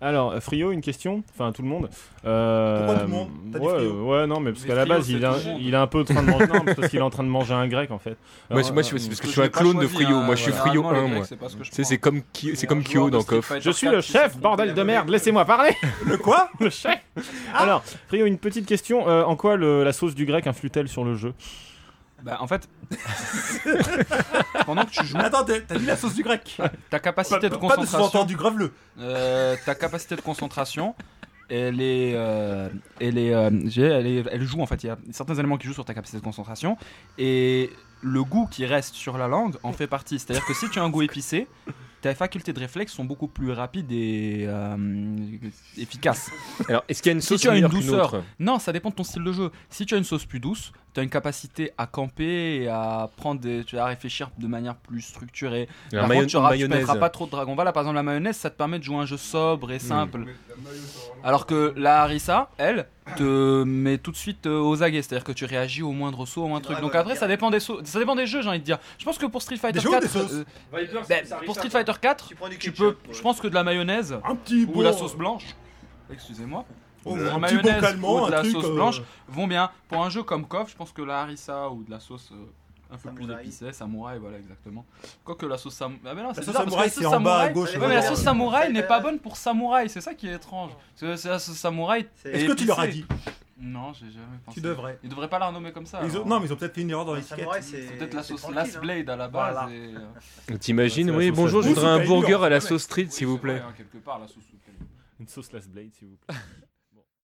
Alors, euh, Frio, une question Enfin, tout le monde. Euh, Pourquoi tout le monde T'as dit ouais, euh, Frio. ouais, non, mais parce Mais qu'à la Frio, base, c'est il, tout a- le monde. il est un peu en train de manger, non, parce qu'il est en train de manger un grec en fait. Moi, Alors, c'est- moi, je- euh, c'est parce Parce que je suis un clone de euh, Frio. hein, Moi, je suis Frio 1. Moi, Tu C'est pas ce que je Bah, sais, prends. c'est comme Ki- c'est comme Un joueur Kyo de dans Street Coff. Fighter je suis 4 le qui chef, s'affronte bordel à de Daniel merde, laissez-moi parler Le quoi Le chef Ah Alors, Frio, une petite question. euh, en quoi le- la sauce du grec influe-t-elle sur le jeu Bah, en fait, pendant que tu joues, Attends, t'as t'as dit la sauce du grec ta capacité de Pas de concentration, sous-entendu grave-le. euh, ta capacité de concentration, elle est, euh, elle est, euh, j'ai- elle est- elle joue en fait. Il y a certains éléments qui jouent sur ta capacité de concentration et le goût qui reste sur la langue en fait partie. C'est-à-dire que si tu as un goût épicé, tes facultés de réflexe sont beaucoup plus rapides et euh, efficaces. Alors, est-ce qu'il y a une sauce tu as une meilleure qu'une douceur. autre Non, ça dépend de ton style de jeu. Si tu as une sauce plus douce, tu as une capacité à camper et à prendre des, tu vas réfléchir de manière plus structurée. Alors, Par mayo- contre, tu auras- tu mayonnaise. pèteras pas trop de Dragon Ball. Là, par exemple, la mayonnaise, ça te permet de jouer un jeu sobre et simple. Alors que la harissa, elle, te met tout de suite euh, aux aguets. C'est-à-dire que tu réagis au moindre saut, au moindre Ah, truc. Donc après, ça dépend des sauts, ça dépend des jeux, j'ai envie de dire. Je pense que pour Street Fighter jeux ou 4, bah, des sauces euh, ben, pour Street Fighter 4, tu prends du tu peux, ketchup, je ouais. pense que de la mayonnaise Un petit ou bon- la sauce blanche. Excusez-moi oh, la un petit bon mayonnaise calmant, ou de un la truc, sauce euh, blanche vont bien. Pour un jeu comme KOF, je pense que la harissa ou de la sauce euh, un peu plus Samouraï. épicée, samouraï, voilà exactement. Quoique la sauce samouraï. Ah, mais non, c'est sauce bizarre, parce samouraï, que c'est la en sauce bas à samouraï- gauche, Ouais, mais la euh, sauce ouais. samouraï n'est pas bonne pour samouraï, c'est ça qui est étrange. Parce que c'est la sauce samouraï. C'est- Est-ce que tu leur as épicée. dit Non, j'ai jamais Tu pensé. devrais. Ils devraient pas la renommer comme ça. Ils ont- alors. Non, mais ils ont peut-être fait une erreur dans Un l'étiquette. samouraï, C'est peut-être la c'est sauce tranquille, Last hein. Blade à la base. Voilà. et, euh, T'imagines C'est la Oui, sauce bonjour, à la je voudrais sauce. un Oui, c'est burger à la ouais. sauce street, Oui, s'il vous c'est vrai, plaît. hein, quelque part, la sauce. Une sauce Last Blade, s'il vous plaît.